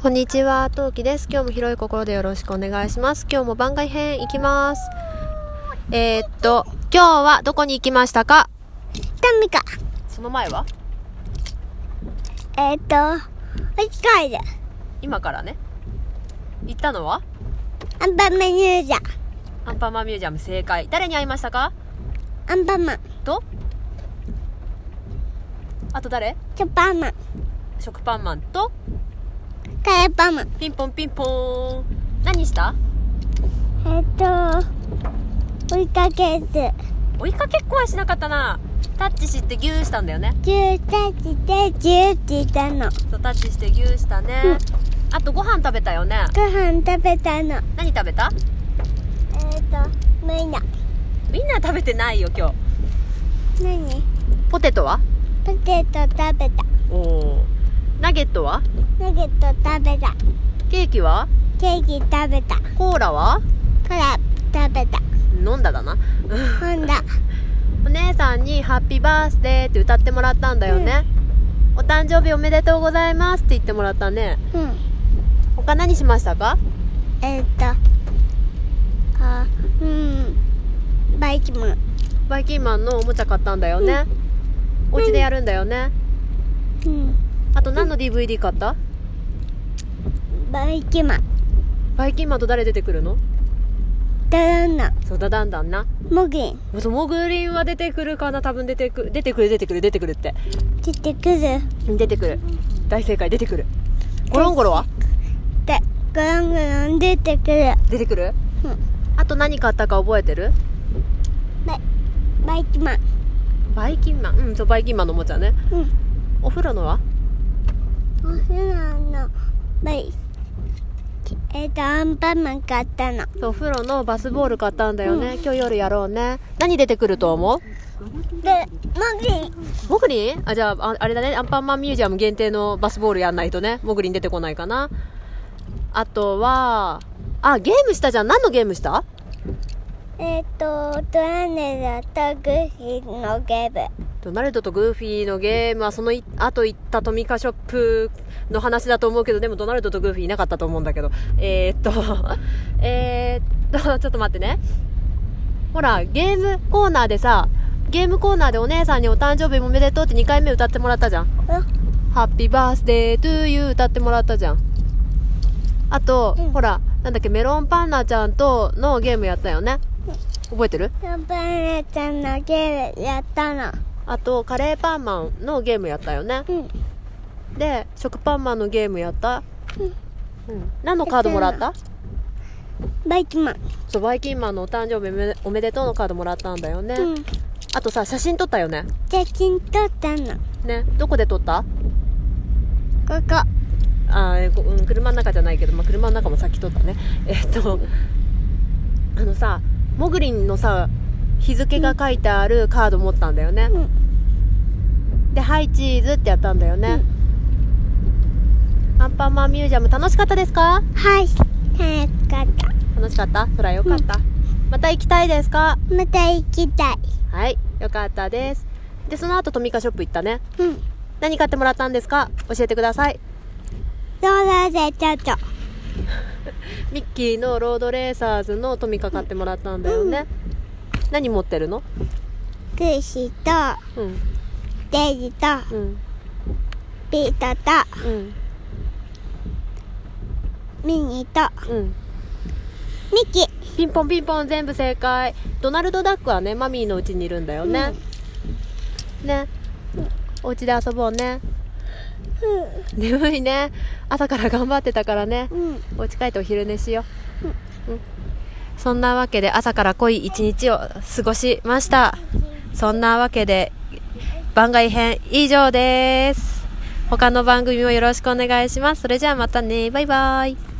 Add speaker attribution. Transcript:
Speaker 1: こんにちは、トウキです。今日も広い心でよろしくお願いします。今日も番外編行きます。えー、っと、今日はどこに行きましたか
Speaker 2: タミカ。
Speaker 1: その前は
Speaker 2: えっ、と、おしかいで。
Speaker 1: 今からね。行ったのは
Speaker 2: アンパンマンユーザー。
Speaker 1: アンパンマンミュージアム正解。誰に会いましたか
Speaker 2: アンパンマン。
Speaker 1: とあと誰
Speaker 2: チョッパーマン。
Speaker 1: 食パンマンと
Speaker 2: カレーパンマン。
Speaker 1: ピンポンピンポーン。何した
Speaker 2: えっ、と、追いかけず。
Speaker 1: 追いかけっこはしなかったな。タッチしてギューしたんだよね。
Speaker 2: ジューチして、ジューって言ったの。
Speaker 1: そう、タッチしてギューしたね。あとご飯食べたよね。
Speaker 2: ご飯食べたの。えっ、
Speaker 1: 何食べた
Speaker 2: と、無理だ。
Speaker 1: みんな食べてないよ今日
Speaker 2: 何
Speaker 1: ポテトは
Speaker 2: ポテト食べた。
Speaker 1: おおナゲットは
Speaker 2: ナゲット食べた。
Speaker 1: ケーキは
Speaker 2: ケーキ食べた。
Speaker 1: コーラは
Speaker 2: コラ食べた。
Speaker 1: 飲んだだな
Speaker 2: ほんだ。
Speaker 1: お姉さんに「ハッピーバースデー」って歌ってもらったんだよね、お誕生日おめでとうございますって言ってもらったね
Speaker 2: うん。
Speaker 1: 他何しましたか
Speaker 2: えっ、と、あ、うん。バイキンマン。
Speaker 1: バイキンマンのおもちゃ買ったんだよね、お家でやるんだよね
Speaker 2: うん。
Speaker 1: あと何の DVD 買った
Speaker 2: バイキンマン。
Speaker 1: バイキンマンと誰出てくるの
Speaker 2: ダランナ、
Speaker 1: そうだだんだんな
Speaker 2: モグリン、
Speaker 1: そうモグリンは出てくるかな多分出てくる出てくる出てくる出てくるって
Speaker 2: 出てくる。
Speaker 1: 出てくる大正解出てくるゴロンゴロは
Speaker 2: で、ゴロンゴロン出てくる。
Speaker 1: 出てくる
Speaker 2: うん。
Speaker 1: あと何買ったか覚えてる
Speaker 2: バイ、バイキンマン。
Speaker 1: バイキンマンうんそうバイキンマンのおもちゃね
Speaker 2: うん。
Speaker 1: お風呂のは
Speaker 2: お風呂の、バイ、えっ、と、アンパンマン買ったの。
Speaker 1: そうお風呂のバスボール買ったんだよね、今日夜やろうね何出てくると思う
Speaker 2: で、モグリン、
Speaker 1: モグリンあじゃあああれだねアンパンマンミュージアム限定のバスボールやんないとねモグリン出てこないかなあとはあゲームしたじゃん何のゲームした
Speaker 2: えっ、と、トランネラとグッフィーのゲーム。
Speaker 1: ドナルドとグーフィーのゲームはそのい後行ったトミカショップの話だと思うけどでもドナルドとグーフィーいなかったと思うんだけどえー、っと えー、っと ちょっと待ってねほらゲームコーナーでさゲームコーナーでお姉さんにお誕生日おめでとうって2回目歌ってもらったじゃん
Speaker 2: あ、
Speaker 1: ハッピーバースデートゥーユー歌ってもらったじゃん。あと、
Speaker 2: うん
Speaker 1: ほら、なんだっけ、メロンパンナちゃんとのゲームやったよね。覚えてる
Speaker 2: アンパンマンちゃんのゲームやったの。
Speaker 1: あと、カレーパンマンのゲームやったよね。
Speaker 2: うん。
Speaker 1: で、食パンマンのゲームやった。うん。何のカードもらった
Speaker 2: バイキンマン。
Speaker 1: そう、バイキンマンのお誕生日おめおめでとうのカードもらったんだよね。
Speaker 2: うん。
Speaker 1: あとさ、写真撮ったよね。
Speaker 2: 写真撮ったの。
Speaker 1: ね。どこで撮った
Speaker 2: ここ。
Speaker 1: あーえーこうん、車の中じゃないけど、まあ、車の中もさっき撮ったね えーっとあのさモグリンのさ日付が書いてあるカード持ったんだよね、
Speaker 2: うん。
Speaker 1: で「ハイチーズ」ってやったんだよね、アンパンマンミュージアム楽しかったですか
Speaker 2: はい。早かった。
Speaker 1: 楽しかったそらよかった、また行きたいですか
Speaker 2: また行きたい。
Speaker 1: はいよかったですでその後トミカショップ行ったね
Speaker 2: うん。
Speaker 1: 何買ってもらったんですか教えてください
Speaker 2: ローラーでちょっと。
Speaker 1: ミッキーのロードレーサーズのトミカ買ってもらったんだよね、何持ってるの
Speaker 2: クッシーと、
Speaker 1: うん
Speaker 2: デイジと、
Speaker 1: うん
Speaker 2: ピータと、
Speaker 1: うん
Speaker 2: ミニと、
Speaker 1: うん
Speaker 2: ミキ。
Speaker 1: ピンポンピンポン全部正解ドナルドダックはねマミーのうちにいるんだよね、ねお家で遊ぼうね眠いね朝から頑張ってたからね
Speaker 2: うん。うん。
Speaker 1: お家帰ってお昼寝しよう、うん、そんなわけで朝から濃い一日を過ごしましたそんなわけで番外編以上です他の番組もよろしくお願いしますそれじゃあまたねバイバイ